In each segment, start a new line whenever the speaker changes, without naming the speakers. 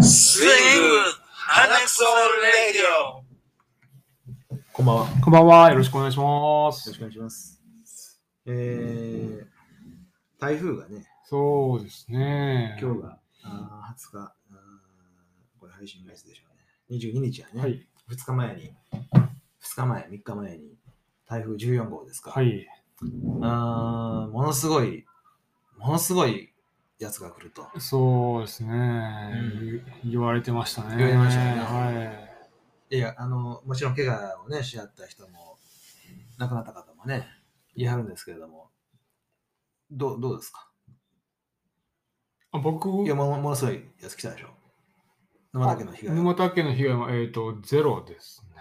スイング花クソレディオ
こんばんは。よ
こんばんは。よろしくお願いしま
ろ
す
し。くお願いします。えー、台風がね、
そうですね。
今日があー20日あーこれ配信のやつでしょうね。22日はね、
はい。
2日前に、2日前、3日前に、台風14号ですか。
はい。
あーものすごい、ものすごいやつが来ると。
そうですね。言言われてましたね。
言われましたね
はい
や、あの、もちろん怪我をね、し合った人も、亡くなった方もね、言い張るんですけれども、どうどうですか
い。あ僕、
いやもの、ものすごいやつ来たでしょ。沼田家の被害。
沼田家の被害は、えっ、と、ゼロですね。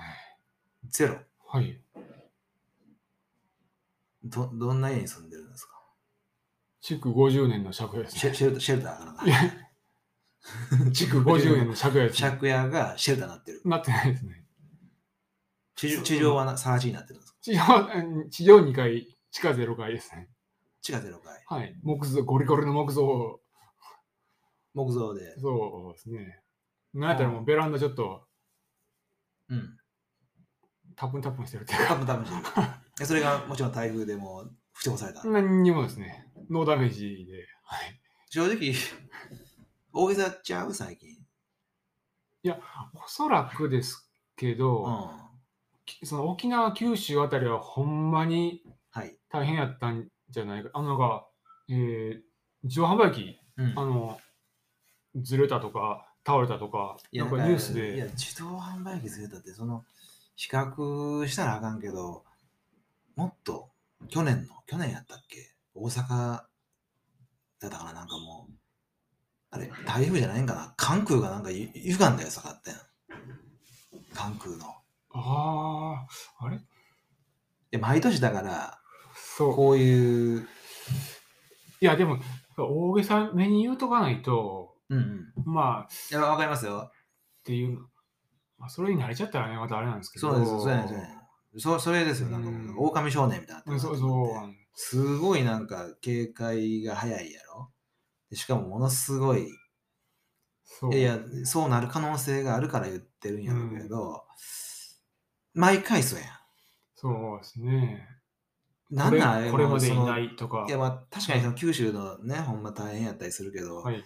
ゼロ。
はい。
ど、どんな家に住んでるんですか
築50年の借家です
シェ
ね。
シェルター、シェルターかなんか
いや築50年の借家ですね。
借家がシェルターになってる。
なってないですね。
地上地上はな、サージになってるんですか
地上、地上2階、地下0階ですね。
地下ゼロ階。
はい。木造、ゴリゴリの木造。
木造で。
そうですね。なんやったらもうベランダちょっと
うん。
タップンタップンしてるっていうか
多分多分してる でそれがもちろん台風でも不調された。
何にもですね、ノーダメージで。はい、
正直、大げさちゃう最近。
おそらくですけ
う
ど、
ん。は
きその沖縄、九州あたりはほんまに
い。
大変やったんじゃないか。あのなんか、えー、自動販売機、
うん
あの、ずれたとか、倒れたとか、
いや
なんかニュース
いや、
で、
自動販売機ずれたって、その、比較したらあかんけど、もっと、去年の、去年やったっけ大阪だったからなんかもう、あれ、台風じゃないんかな関空がなんかゆ歪んだやつがあったやん。関空の。
ああ、あれ
で、毎年だから、
そう。
こういう、
いや、でも、大げさめに言うとかないと、
うんうん。
まあ、っ
いや、わかりますよ。
ていう、まあ、それに慣れちゃったらね、またあれなんですけど。
そうですよ、そうですよ。そうそれですよ、なんかもう、狼少年みたいになってるなと
そう
思って
そう。
すごいなんか警戒が早いやろでしかもものすごい、
そう
いやいや、そうなる可能性があるから言ってるんやろうけど、毎回そうや
そうですね。
ん。なんなんあれ
これこれまで
そ
い
の
ないとか。
いやまあ確かにその九州のね、ほんま大変やったりするけど、
はい、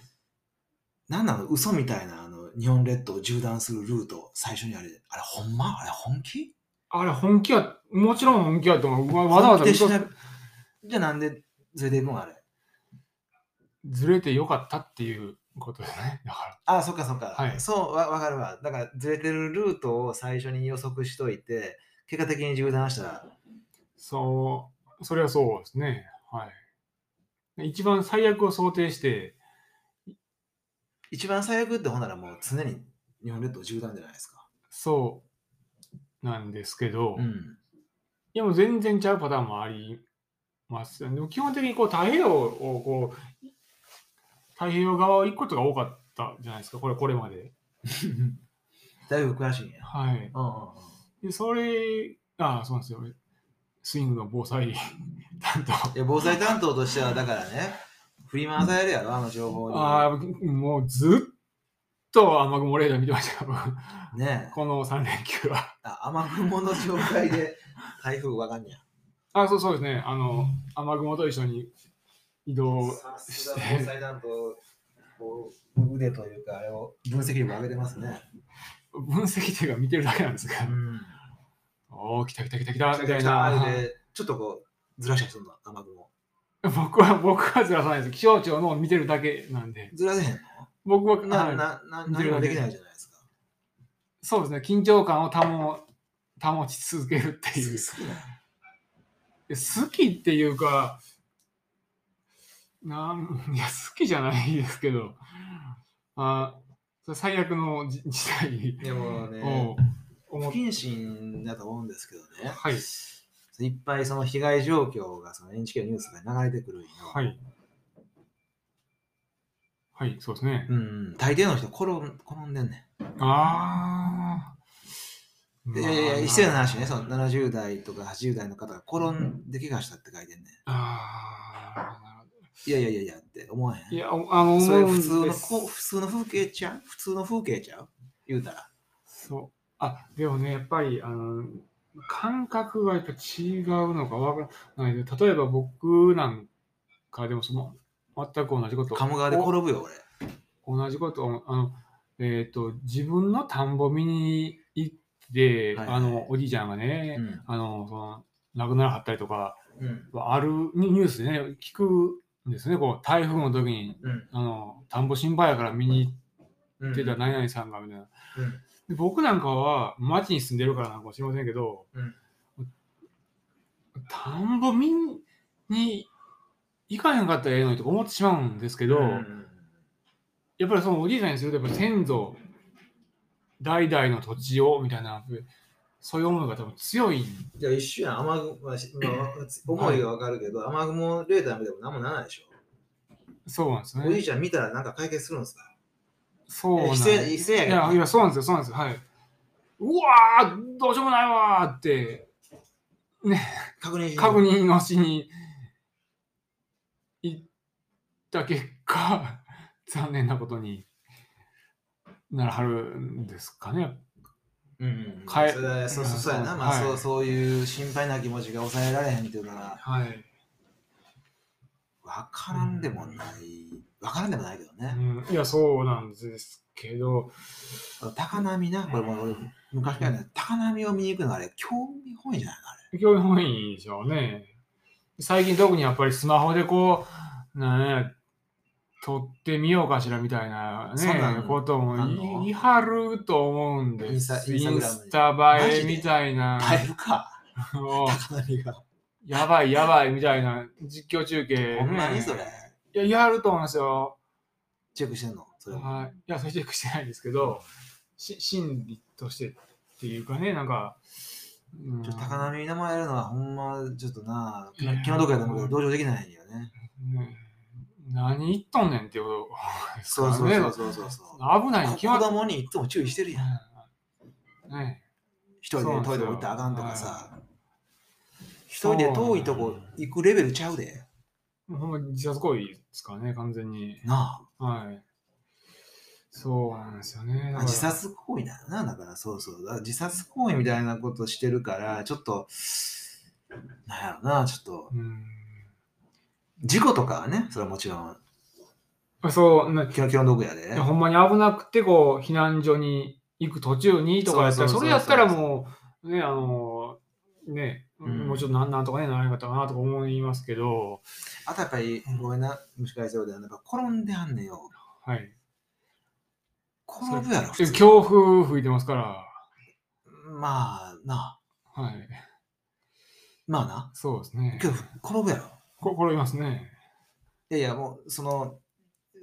なんなの嘘みたいなあの日本列島を縦断するルート、最初にあれ、あれほんまあれ本気
あれ、本気や、もちろん本気やと思う。わわざわざ
本気で
嘘
調べじゃあなんで連れていくんあれ。
ずれてよかったっていうことですね。 だか
あそっかそっか。
はい
そう、わわかるわ。だから、ずれてるルートを最初に予測しといて、結果的に縦断したら、
ら、そう、それはそうですね。はい。一番最悪を想定して、
一番最悪ってほんならもう常に日本列島縦断じゃないですか。
そうなんですけど、
う
い
ん。
やもう全然ちゃうパターンもありますよね。でも基本的にこう太平洋をこう、太平洋側を行くことが多かったじゃないですか、これこれまで。
だいぶ詳しいんや。
はい。
うんうん
で、それ、ああ、そうなんですよ。スイングの防災 担当。
うん。いや、防災担当としては、だからね、振り回されるやろ、あの情報に。
ああ、もうずっと雨雲レーダー見てましたよ。
ねえ
この3連休は。
あ雨雲の状態で台風わかんねや。
あそうそうですね。あの、雨雲と一緒に移動。
さすが防災担当、こう腕というか、あれを分析力上げてますね。
分析というか見てるだけなんですが。
ん。
おお、来た来た来た来た、みたい
あ
な
れ。でちょっとこう、ずらしたりするの、雨雲。
僕は、僕はずらさないです。気象庁のを見てるだけなんで。
ずらせへん
僕は、
のな、
はい
な、な、
見て
何
る
も
だ
で
け
きないじゃないですか。
そうですね。緊張感を保保ち続けるっていう。
好きな
いや好きっていうか、なんいや、好きじゃないですけど、あそれ最悪のじ事態
のいやもうね
を、思
不
っ
謹慎だと思うんですけどね。
はい、
いっぱいその被害状況がその NHK のニュースが流れてくるんよ
はい。はい、そうですね。
うん、大抵の人転ん転んでんね
あ
ん。
あ。
でいや
ま
いや
あ
いや、失礼な話ね、その70代とか80代の方が転んで怪我したって書いてんねん。
ああ、なるほど
いやいやいやいやって思わへん。
いや、あの、
それ
思うん
普通
で
の
す
こ普通の風景ちゃう普通の風景ちゃう言うたら。
そう。あ、でもね、やっぱり、あの、感覚がやっぱ違うのかわからないで、例えば僕なんかでもその、全く同じこと。
鴨川で転ぶよ、俺。
お同じことを、あの、えっ、と、自分の田んぼ見に行って、
はい
あの、おじいちゃんがね、
うん
あの、その、亡くならはったりとか、
うん。
あるニニュースでね、聞くんですね、こう、台風の時に、
うん。
あの、田んぼ心配やから見に行って、
うん
ってた何々さんがみたいな、
うん
で僕なんかは町に住んでるからなのかもしれませんけど、
うん
田んぼ見に行かへんかったらええのにとか思ってしまうんですけど、
うん
やっぱりそのおじいさんにするとやっぱ先祖代々の土地をみたいなそういう思いが多分強い
じゃあ一緒やん、雨雲、まあしまあ、思いがわかるけど、雨雲レーダー見ても何もならないでしょ。
そうなんですよ
おじい
ね。
ちゃん見たらなんか解決するんですか
そうなんで
一
す
斉一斉や
い
けど
や、いや、そうなんですよ、そうなんですよ。はい。うわー、どうしようもないわーって、
確認しに行く
確認をしに行った結果、 残念なことにならはるんですかね。
うんうんうん
かえ
それはそうそう
うん
そうやな、まあ
はい
そうそういう心配な気持ちが抑えられへんっていうのは
はい。
分からんでもない分からんでもないけど
う
ね、
ん、いや、そうなんですけど、
あの高波なこれも俺昔からね高波を見に行くのはあれ興味本位じゃないのあれ
興味本位でしょうね。最近特にやっぱりスマホでこう、なんや撮ってみようかしらみたいな
そんな
ね
ん、
ことも
あんの
言い張ると思うんで
イ
す。
ンスタ
イ
イン
ン
ス
ス
タ
タ
マ
映
ジ
え
で
みたいな
耐えるか
のを
高波が
やば いやばいみたいな実況中継、ね。
ほんまにそれ
いや、やると思うんですよ。
チェックしてんのそれも
はい。いや、それチェックしてないんですけど、し心理としてっていうかね、なんか、うん
ちょっと高波に名前やるのはほんまちょっとな気
いや
の毒やと思うけど同情できないんよね
うん何言っとんねんっていうことですか
そ
ら
う
ね。
そうそうそうそうそう
危ないに決ま
子
っ
供にいつも注意してるやん
ね
一人でトイレ置いたらあかんとか
そう
さ、一人で遠いとこ行くレベルちゃうで、
もうほんま自殺行為ですからね、完全に。
な
はい。そうなんですよね。だか
あ、
ら
自殺行為なのな、だからそうそう、だから自殺行為みたいなことしてるから、ちょっと、なんやろな、ちょっと、
うん。
事故とかはね、それはもちろん、
そう、な
気の気の毒やで
いや。ほんまに危なくてこう避難所に行く途中にとかやったら
そ
そ
うそうそうそう
れやったらもうねあのね、
うん
もうちょっとなんなんとかねならなかったかなとか思いますけど
あとやっぱり、ごめんな、虫返せようで、なんか転んではんねんよ。
はい
転ぶやろ、普通
強風吹いてますから
まあな、
はい
まあな、
そうですね
けど転ぶやろ。
こ転びますね
いやいや、もう、その、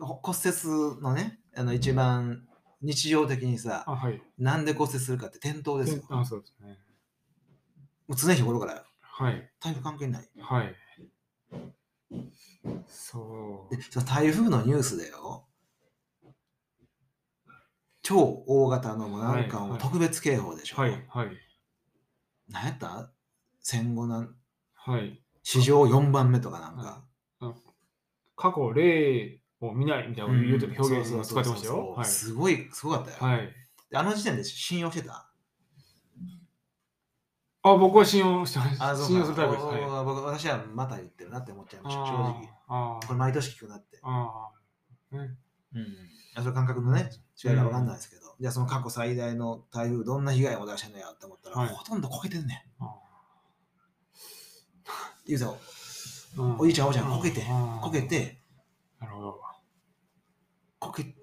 ほ骨折のね、あの、一番日常的にさ、
あはい
なんで骨折するかって転倒ですよ。も
あそうですね
う常日頃から
はい
台風関係ない。
はいそう
で、その台風のニュースだよ。超大型のもうなんか
はい
も
は
う
い
特別警報でしょ。
はいはい
何やった戦後なん
はい
史上4番目とかなんか。
過去例を見ないみたいなこと言うと表現
そう
使
そう
って
そう
ましたよ
そうすごい、すごかったよ、
はい、はい
であの時点で信用してた。
あ、僕は信用してます。
あ、そう
信用
か
するタイプです。はい、
お僕私はまた言ってるなって思っちゃいました、正直。
あー
これ毎年聞くなって。
あー、ね
うん、その感覚のね、違いが分かんないですけど、じゃあその過去最大の台風、どんな被害をもたらしてんのやって思ったら、
はい
ほとんどこけてんねん。
あ
言うぞ、
ーうん
おじいちゃん、おばあちゃん、こけて
あ、ー
こけて、
なるほど。
こけてんね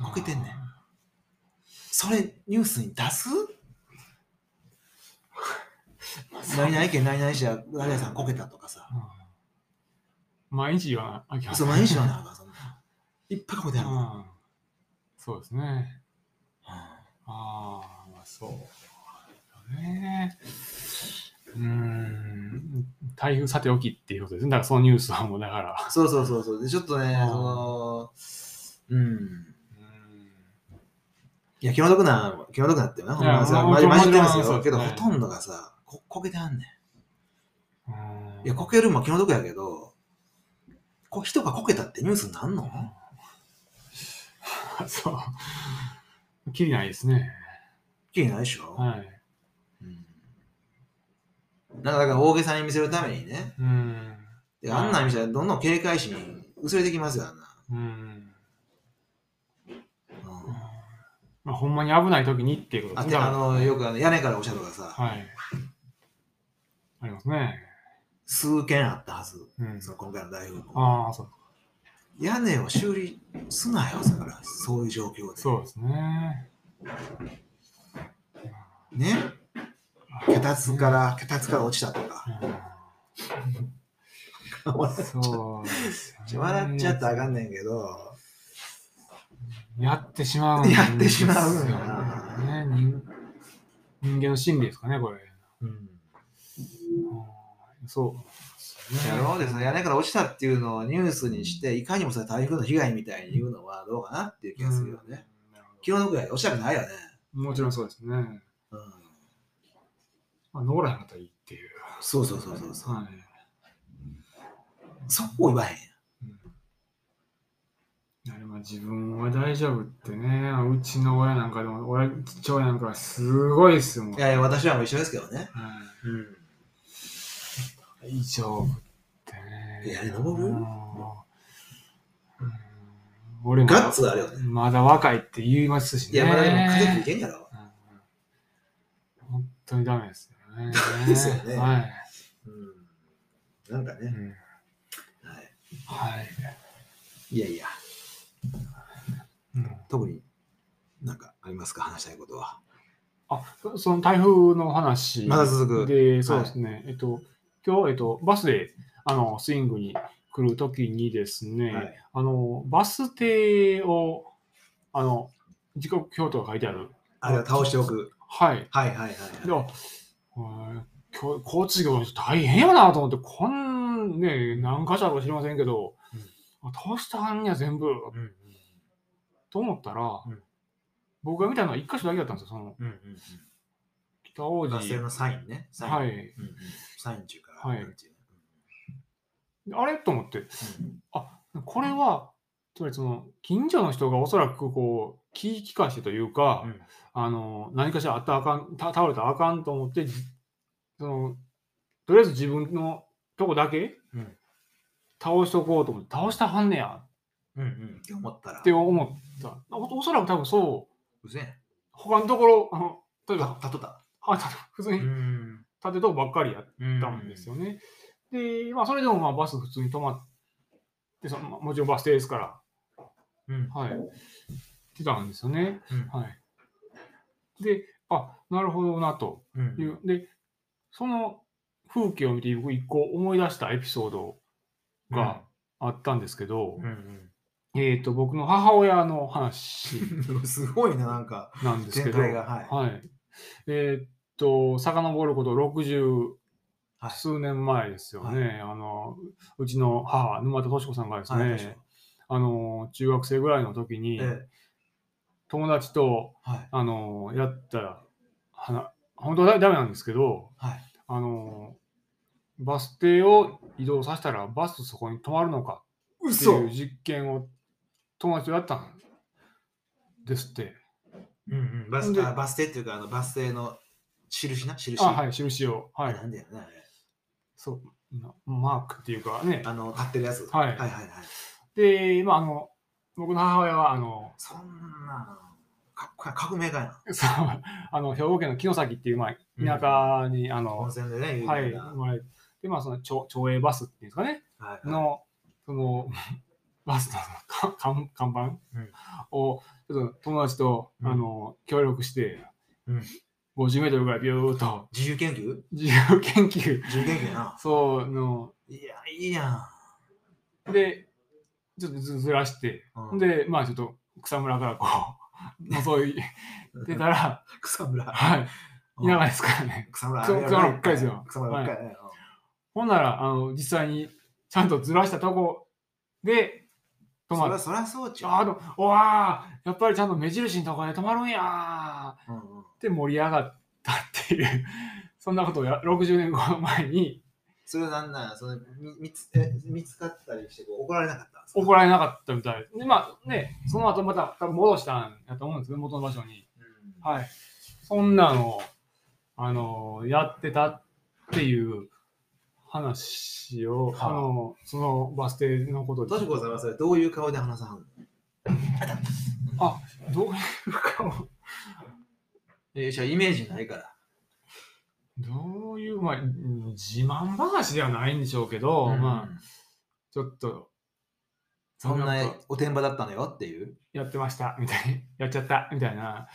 ん、こけてんねん。それ、ニュースに出 す何々県、何々市は、誰々さんこけたとかさ、
うん毎日は飽きます
その何しろなんか、そんな。いっぱいこけてや
う
るの。
んそうですね。ああ、まあそう。ね。うーん。台風さておきっていうことですね。だからそのニュースはもうだから。
そうそうそうそう。で、ちょっとね、
うん
その、うん。
うん
いや、気の毒な、気の毒なってよな、ほんまにさ、
いやまあ
まじまじってます
もちろんそう
よ。
です
けど、
はい
ほとんどがさ、ここけてあんねん。
うん
いや、こけるも気の毒やけど、こう人がこけたってニュースになんの、
そう。きりないですね。
気にないでしょ、
はい。
うんなんかだから大げさに見せるためにね、
うん。
であんなん見せたらどんどん警戒心薄れてきますよ、あんな。
うん。
うん
まあ、ほんまに危ない時にっていうこと
あ
です
てあのよ
く。
くあの屋根からおっしゃるとかさ、
はい。ありますね。
数件あったはず、
うん。
その今回の大風も。
ああ、そう
屋根を修理すなよ、だから、そういう状況で。
そうですね。
ね、脚立から、脚立から落ちたとか。
う んそうですね、
笑っちゃったらあかんねんけど、
やってしまうん
やってしまうん
ですよね。人人間の心理ですかね、これ。
うん
うんそうですね。
やろうですね、屋根から落ちたっていうのをニュースにして、いかにもそれ台風の被害みたいに言うのはどうかなっていう気がするよね。
うん。なるほど
気の毒や、落ちたくないよね。
もちろんそうですね。
うん、
まあ、残らへんかったらいいっていう。
そうそうそうそうそう。
はい。
そこを言わへんや
うん、あれまあ自分は大丈夫ってね、うちの親なんかでも、親、父親なんかはすごいですよ、もう。
ん。いやいや、私らも一緒ですけどね。
は
うん
い大丈夫ってね。
いや登る
うんうん俺も
ガッツがあるよね。
まだ若いって言いますし
い
ね。
や、まだでも風邪吹いてんやろ。。
うん本当にダメですよね
ですよね
はい。
うん。なんか
う
ね、
ん
は
はい。
い。いやいや、
うん
特になんかありますか、話したいことは。
あそその台風の話
まだ続く
で、そうですね、えっと、今日、えっと、バスであのスイングに来るときにですね、
はい
あの、バス停を、あの、時刻表とか書いてある、
あれを倒しておく。
はい、
はいはいはい
で
はい。
は、うん今日交通業の人大変やなと思って、こんね、何箇所あるか知りませんけど、あ倒したんや、全部、と思ったら、
うん
僕が見たのは1箇所だけだったんですよ、その北王
学生
子。
のサインね。サイン。
はい
うんうんサイン中から。
はい
なんていう
であれと思って、
のうん
あこれは、つまりその近所の人がおそらくこう、気利かしてというか、
うん
あの何かしらあったらあかん、た倒れたらあかんと思って、じそのとりあえず自分のとこだけ、
うん
倒しとこうと思って、倒したはんねや
うんうんって思ったら
っ、て思った。おおそらく多分そう、
うぜえ。
他のところ、あの例え
た
ば、
たとた。
あた普通に立
ん。
てるとこばっかりやっ
う
たんですよね。で、まあ、それでもまあバス普通に止まって、そのまあもちろんバス停ですから。
うん。
はい。ってたんですよね。
うん
はい。で、あ、なるほどなと
う
い
ん
う。で、その風景を見て、僕一個思い出したエピソードがあったんですけど、
うん
えっ、と、僕の母親の 話
うん。すごいな、なんか、
なんですけ
展
ど、
開が。はい。
はい。えっ、と、遡ること60
はい
数年前ですよね。あの、うちの母、沼田敏子さんがです
はい。
ね、あの、中学生ぐらいの時に、
ええ
友達と、
はい。
あのやったら、はな本当はダメなんですけど、
はい。
あのバス停を移動させたらバスそこに止まるのかって
嘘
いう実験を友達とやったんですって。
うんうん、バス
で
あバス停っていうか、あのバス停の印な、印。
あ、はい、印を。は
あ
い
な。んだよね。あれ
そう、なマークっていうかね。
あの、買ってるやつ。
はい
はいはいはい。
で、まあ、あの、僕の母親は、あの、
そんな、かっこいい革命家やな。
そうあの兵庫県の城崎っていう、まあ、田舎に、あ
温
の、
泉でね、有
はい、
名な。
生まれで、まあ、その、町町営バスっていうんですかね。
はいはい
の、その、バスのそのか看看板
うん
を、ちょっと友達と、
うん
あの、協力して、
うん
50メートルぐらいビューっと、
自由研究
自由研究、
自由研究やな。
そうの、
いや、いいや
で、ちょっとずずらして、
ん。うん、
で、まあちょっと草むらからこう、 覗いてたら、
草むら。
はい、
うん
いながですからね。
草むら。
草草むらばっかりですよ
草むらばっかりね。
ほんなら、あの、実際に、ちゃんとずらしたとこで、
う
止
ん
まっ
そりゃそりゃそうちゃう。
あの、おわーやっぱりちゃんと目印のところで止まるんやーっ
うんうん
て盛り上がったっていう、そんなことをや60年後前に
それはなんなんそのみ見つえ見つかったりしてこう怒られなかったんですか
怒られなかったみたいで、まあね、その後また多分戻したんやと思うんですけど、元の場所に。
うん
はい。そんなのを、あの、やってたっていう話を、
はあ
あの、そのバス停のことで。
としこさんはそれどういう顔で話さはんの
どういう顔
えーじゃあイメージないから。
どういう、まあ、うん自慢話ではないんでしょうけど、まあ、
あ、
ちょっと、
そんな
やっ
おてんばだったのよっていう
やってました、みたいに、やっちゃった、みたいな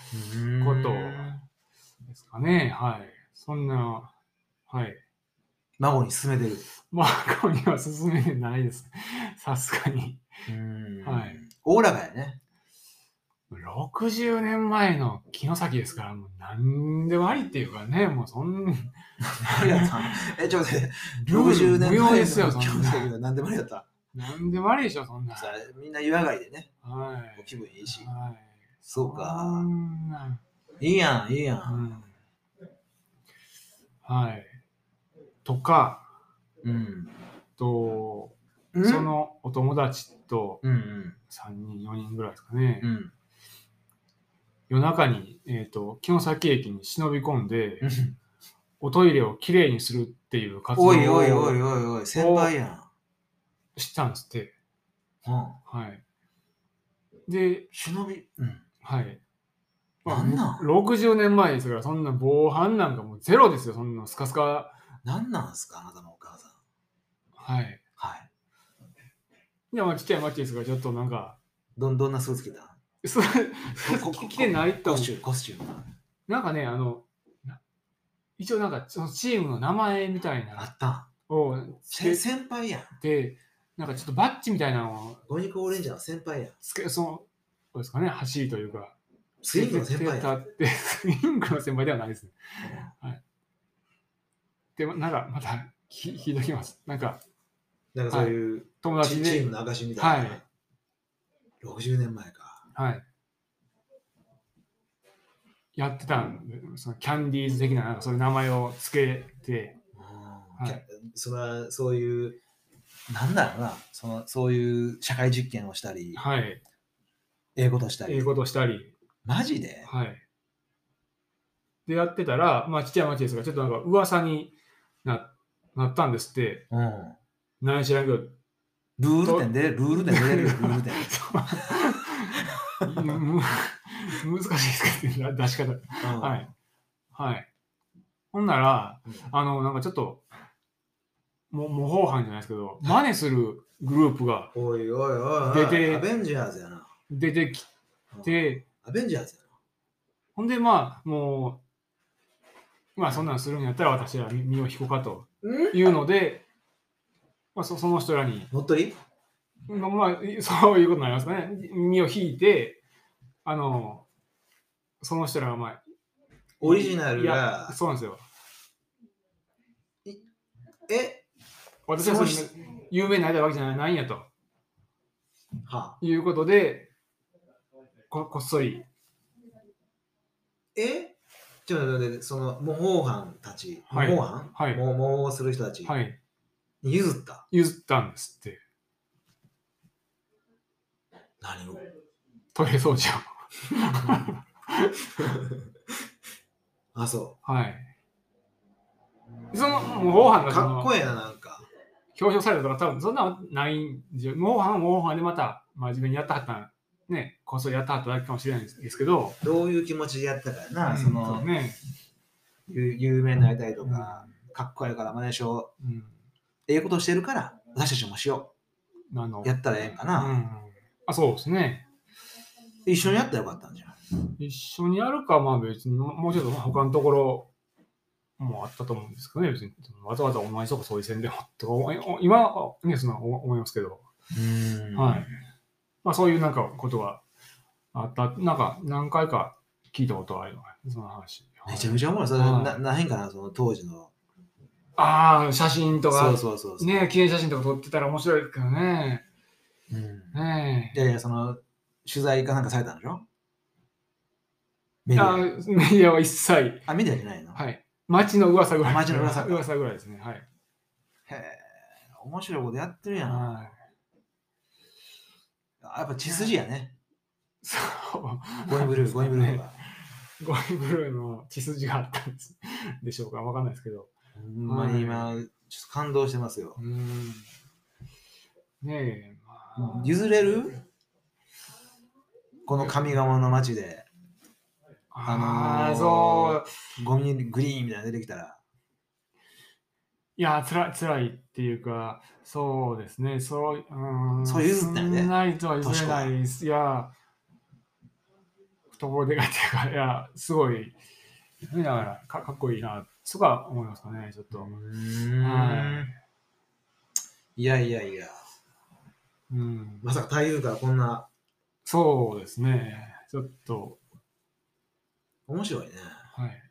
ことですかね。はい。そんな、はい。
孫に勧めてる。
まあ、ここには進めないです。 さすがに。はい。
おおらかやね。
60年前の城崎ですから、もう何でもありっていうかね、もうそんな、
ありがとう え、ちょっと待って、
ルール
60年
無用
前
ですよ、
の
そん
教
な。
が何でもありだった。
何でもありでしょ、そんな。
さ
はい。
みんな湯上がりでね、
は
気分いいし。
い。
そう
そ
か。
んな。
いいやん、いいや。
うんん。はい。とか、
うん。
と、
うん
そのお友達と
うんうん
3人、4人ぐらいですかね、
うん。
夜中に、えっ、と、城崎駅に忍び込んで、
うん
おトイレをきれいにするっていう活動
おいおいおい
を
おいおい、先輩やん。
したんですって。
うん。
はい。で、
忍び。うん。
はい。
なんなん
60年前ですから、そんな防犯なんかもうゼロですよ、そんなスカスカ。
何なんすか、あなたのお母さん。
はい。
はい。
いや、まあ、ちっちゃい町ですから、ちょっとなんか、
どん、どんなスーツ着たん
そう
ここ
来てないと
コ
思
ス
う
チューム、コスチューム。
なんかね、あの、な一応なんか、そのチームの名前みたい
あ
な
ったん。
のをつけ
せ先輩やん。
て、なんかちょっとバッジみたいなのを
ゴニコオレンジャーの先輩やん。
つけ、その、そうですかね、走りというか、
スイングの先輩
立
やん。
って、スイングの先輩ではないですね。で、なんか、また、ひ聞いときます。なんか、
なんかそういう
友
チ
達
チー
で
ム、の証みたいな。
はい
60年前か。
はい。やってたんで、そのキャンディーズ的な、なんかそういう名前をつけて、
うん
はい
いやそれはそういう、なんだろうな、そのそういう社会実験をしたり、
はい。
英語とした
ええ
り、
ことしたり、
マジで
はい。で、やってたら、まあ、ちっちゃい町ですが、ちょっとなんか噂にななったんですって、
うん。
何知らんけど、
ルール点で、ルール点で、ルール点。
そうむむ 難しいですけど、出し方。
うん
はい。はい。ほんなら、
うん
あの、なんかちょっと、も模倣犯じゃないですけど、真似するグループが
おいおいおいおい、
出て
アベンジャーズやな。
出てき
うん
て、
アベンジャーズや
ほんで、まあ、もう、まあ、そんなんするんやったら私は身身を引こうかと
な。ん
いうので、まあ、そその人らに、
乗っ取り
まあまあ、そういうことになりますかね。身を引いて、あの、その人らが、まあ、
オリジナル
いや
が、
そうなんですよ。
え
私はそんな
その
有名になりたいわけじゃないないんやと。
は
いうことで、ここっそり、
えちょっと待って、その模倣犯たち、
はい
模倣犯、
はい
模模倣する人たちに
はい、
譲った。
譲ったんですって、
何を
トイレ掃除
あ、そ
を。はい。その、模倣犯
う。
がそ
か
の
っこええな、なんか。
表彰されたとか、多分そんなのないんじゃ、模倣犯は模倣犯でまた真面目にやったはったん、ね、こっそりやったはっただけかもしれないですけど、
どういう気持ちでやったかやな、
うん
その
う、ね、
ゆ有名になりたいとか、かっこええから、真似しよう。
うん、
ええことしてるから、私たちもしよ
あの
う。やったらええんか
う
な。
ん、あ、そうですね。
一緒にやったらよかったんじゃん。
一緒にやるか、まあ別に、もうちょっとまあ他のところもあったと思うんですけどね、別に、わざわざお前そこそういう線でもって思い、お今はね、そんな思思いますけど、はい。まあそういうなんかことがあった、なんか何回か聞いたことはあるよねその話。
めちゃめちゃおもろい。それ、
はい
ななへんかな、その当時の。
ああ、写真と
そ
か
う、そうそうそう。
ね、記念写真とか撮ってたら面白いけどね、
うん
ね
いやいや、その、取材かなんかされたんでしょメデ
あ
ィ
ーメディアは一切、
ア。あ、メディアじゃないの、
はい。街の噂ぐらい。
街の噂
噂ぐらいですね。はい。
へえ、面白いことやってるやん。あ
はい
やっぱ血筋やね。
そう。
ゴインブルー、ゴインブルーが。
ゴイブルーの血筋があったんです でしょうかわかんないですけど。
ほんまに今、ちょっと感動してますよ
う。ん。ねえ、まあ。
譲れるこの上川の街で、
あ
あ
ー
の
そ
ー
う。
ゴミグリーンみたいなの出てきたら、
いや、つらい、つらいっていうか、そうですね、そう、うーん。
そう譲ったよね
そんないとは譲れないです。いや、懐でかいっていうか、いや、すごい、だからかかっこいいな、とか思いますかね、ちょっと。はい
やいやいや、
い。うん。
まさか台風からこんな、
そうですね、ちょっと、
面白いね。
はい。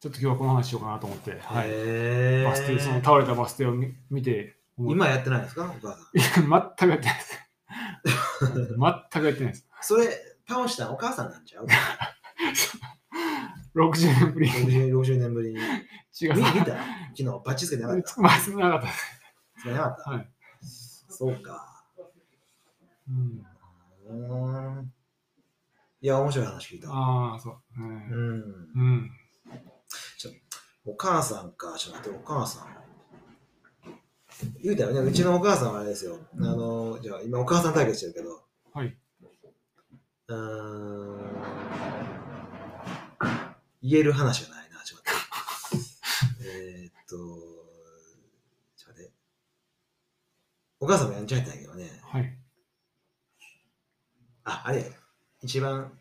ちょっと今日はこの話しようかなと思って、はい。
へー
バス停、その倒れたバス停を見見て、思い
今やってないですかお 母さん。
いや全くやってない です。全くやってないです。
それ、倒したお母さんなんちゃう
60年ぶりに
?60 60年ぶりに。
違う
見見た昨日バッチつけてなかっ
つくばすなかったです。
た。つけなかった。
はい
そうか。
うん、
うーん。いや、面白い話聞いた。
ああ、そう、ね
う。ん。
うん。
お母さんか、ちょっと待って、お母さん。言うたらね、うちのお母さんはあれですよ。あの、じゃあ今お母さん対決してるけど。
はい。
うーん。言える話じゃないな、ちょっと待 って。えーっと、ちょっと待って。お母さんもやんちゃいたんやけどね。
はい。
あ、あれや。一番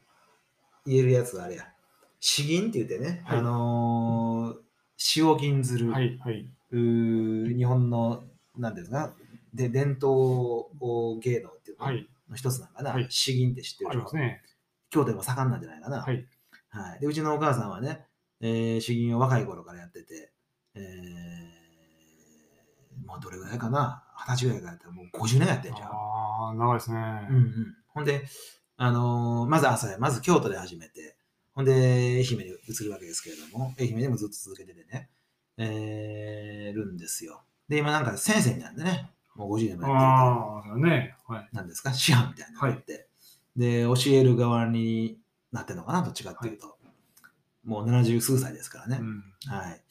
言えるやつはあれや。詩吟って言ってね、
はい
あのー詩を吟ずる。
はい。はい。
うー日本のなんていうんですかで伝統芸能っていうの
はい。
の一つなんかな、
はい
詩吟って知ってる
あ
で
り
し
ま
ょ
すね。
京都でも盛んなんじゃないかな、
はい。
はいでうちのお母さんはね、えー詩吟を若い頃からやってて、えー、もうどれぐらいかな二十歳ぐらいからやったらもう50年やってんじゃん、
ああ、長いですね。
うんうん、ほんで、あのーまず朝やまず京都で始めてほんで愛媛に移るわけですけれども愛媛でもずっと続けててね、えーるんですよで今なんか先生になるんでねもう50年もやってるから
ああ、そうね。はい。
なんですか師範みたいになって、で教える側になってるのかなどっちかっていうと、もう70数歳ですからね、
うん。
はい。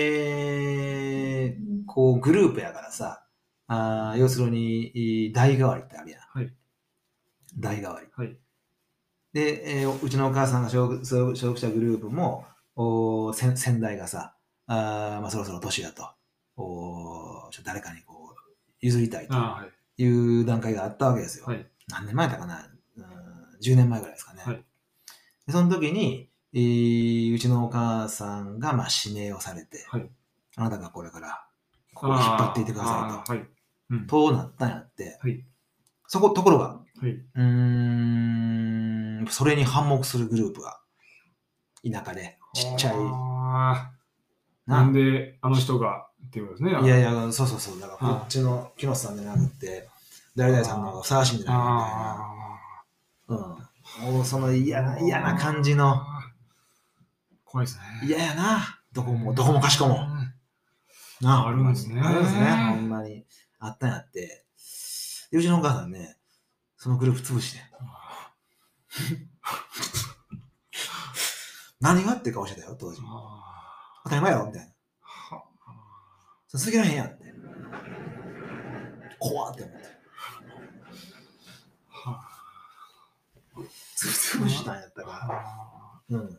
で、こうグループやからさ、あー要するにい代替わりってあるやん。
はい
代替わり。
はい。
で、えーうちのお母さんが所属所属したグループも、おー先先代がさ、あーまあ、そろそろ年だと、おーちょっと誰かにこう譲りたいと
あ
いう段階があったわけですよ。
あ、はい。はい。
何年前だったかな、うん、10年前ぐらいですかね。
はい
でその時に、えーうちのお母さんがまあ指名をされて、
はい
あなたがこれからここを
あ
引っ
あ
張っていってください
ああはい。うん。
と。となったんやって、
はい
そこ、ところが、
はい。
うーん、それに反目するグループが、田舎で、ちっちゃ
あ
い。
あ、
な
なんであの人がっていうことですね。
いやいや、そうそうそう、だから
はい
こっちの木下さんじゃなくて、誰々さんの方がふさわしいんじゃないか
あ
みたいな。うん。もうその嫌な、
あ。
嫌な感じの。。
怖いですね。
嫌やな。どこも、どこもかしこも。な
あるんですね
あるんですね。ほんまに。あったんやって。で、うちのお母さんね、そのグループ潰して。
あ
何がって顔してたよ、当時。
あ。
当たり前やろみたいな。
は
それすぎらへんやんって。怖って思って。
は
つ潰したんやったから。
あ
うん。も
ー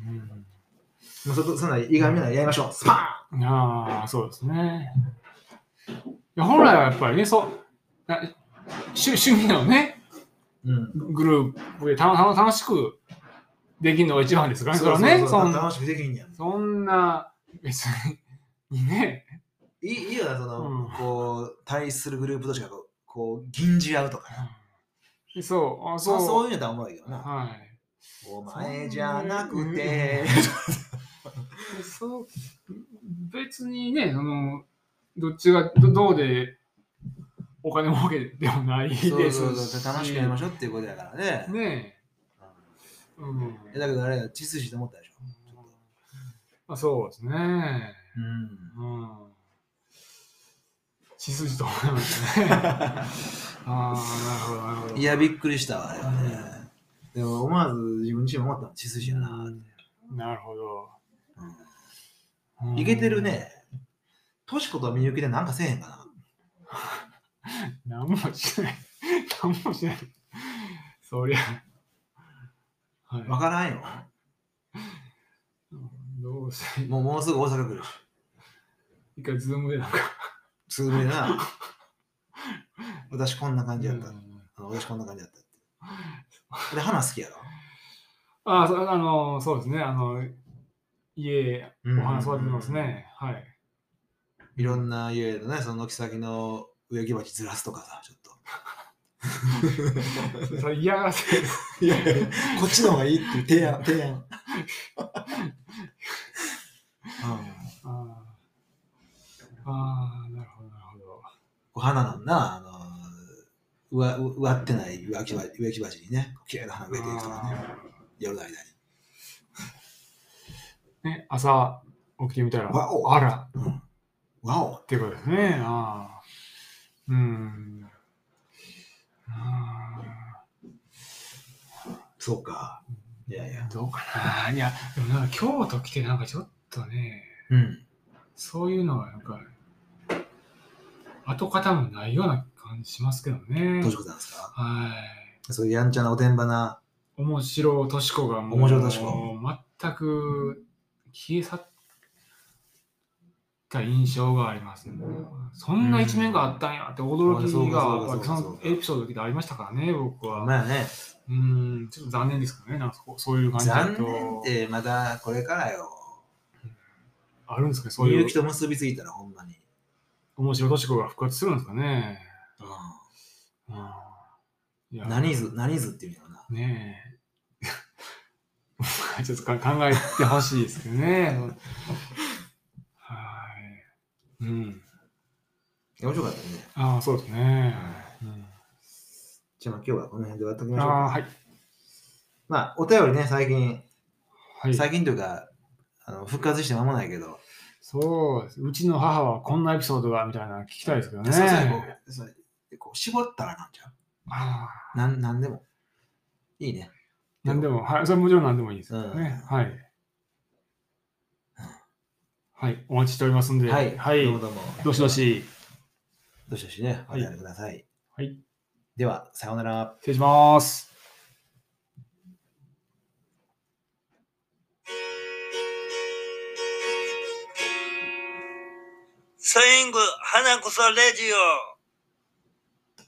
うん
うそ、そんな、いがみないやりましょう。スパ
ああ、そうですね。いや本来はやっぱりね、そう、な趣趣味のね、
ーンうん。
グループでた楽楽しくできるのが一番ですからね、それはね、そん
楽しくできんやん。
そんな、別にね、
いいいいよな、その、
うん
こう、対するグループとしかこう、こう、吟じ合うとかな。
そう、あそ
そう
う、
そういうのとは思うけどな。
はい。
お前じゃなくて、
でそう別にね、その、どっちがどどうでお金儲けでもないですし
そうそうそう楽しくやりましょうっていうことやからね。
ねえ。うん。
えだけどあれや、血筋と思ったでしょ。
まあ、そうですね。
うん
うん。血筋と思いま したね。ああ、なるほど、なるほど。
いや、びっくりしたわ、あれはね。でも、思わず自分自身思ったの、血筋やなって。
なるほど。
うん
うん
いけてる。ね。トシコとみゆきでなんかせえへんかな。
何もしない。 何もしない。そりゃ。はい。
わからんよ。
どうして。
もうもうすぐ大阪来る。
一回ズームでなんか。
つぶれ な。私こんな感じやった
う。ん
あの私こんな感じやったって。 で、花好きやろ。
ああ、そあの、そうですね。あの、家、
うん
お花育ててますね。はい。
いろんな家のね、その軒先の植木鉢ずらすとかさ、ちょっ と。
それ嫌がらせ。
こっちの方がいいっていう提案、提 案。うん
ああああ、なるほど、なるほど。
お花なんだ、あの、うわ植わってない植木鉢植木鉢にね、綺麗な花植えていくからね、夜の間に。
ね、朝起きてみたら、
わお
あらっ
うんわお
ていうことですね。ああうん。あ
そうか。いやいや
あ。どうかな。いや、でもなんか京都来てなんかちょっとね、
うん。
そういうのはなんか、跡形もないような感じしますけどね
どう。しことなんですか
はい。
そういうやんちゃなおてんばな。
面白としこがもう
面白としこ
全く消え去った印象がありますね、そんな一面があったんやって驚
うんそう
き
かそう
がやっぱ
か
りそ
そう
の
か
エピソードでありましたからね僕
お
は
前ね、
うんちょっと残念ですけどねなんかそこそういう感じだ
残
と
念ってまたこれからよ。
あるんですかねそう
み
い
ゆ
う
きと結びついたらほんまに。
面白としこが復活するんですかね、
う
うん、いや
ん。何図、何図っていうのかな。
ねえ。 ちょっとか考えてほしいですけどね。はい。うん。
いや面白かったね。
ああ、そうですね。うん
じゃあまあ今日はこの辺で終わっておき
あ
ましょうか。
あ、はい。
まあお便りね、最近、
はい。
最近というか、あの復活して間もないけど、
そうです。うちの母はこんなエピソードがみたいなの聞きたいですけどね。
そうそうこうそうこう絞ったらなんちゃ
ああ、
うなんなんでも。いいね。
なんでも、はい。それもちろん何でもいいですけどね。
う
はい。はい。お待ちしておりますんで。
はい。
はい
どう。もどうも。
どしど。し。
どしどしね、お
はい
便りください。
はい。
では、さようなら。
失礼します。
スイング花子さんレディオ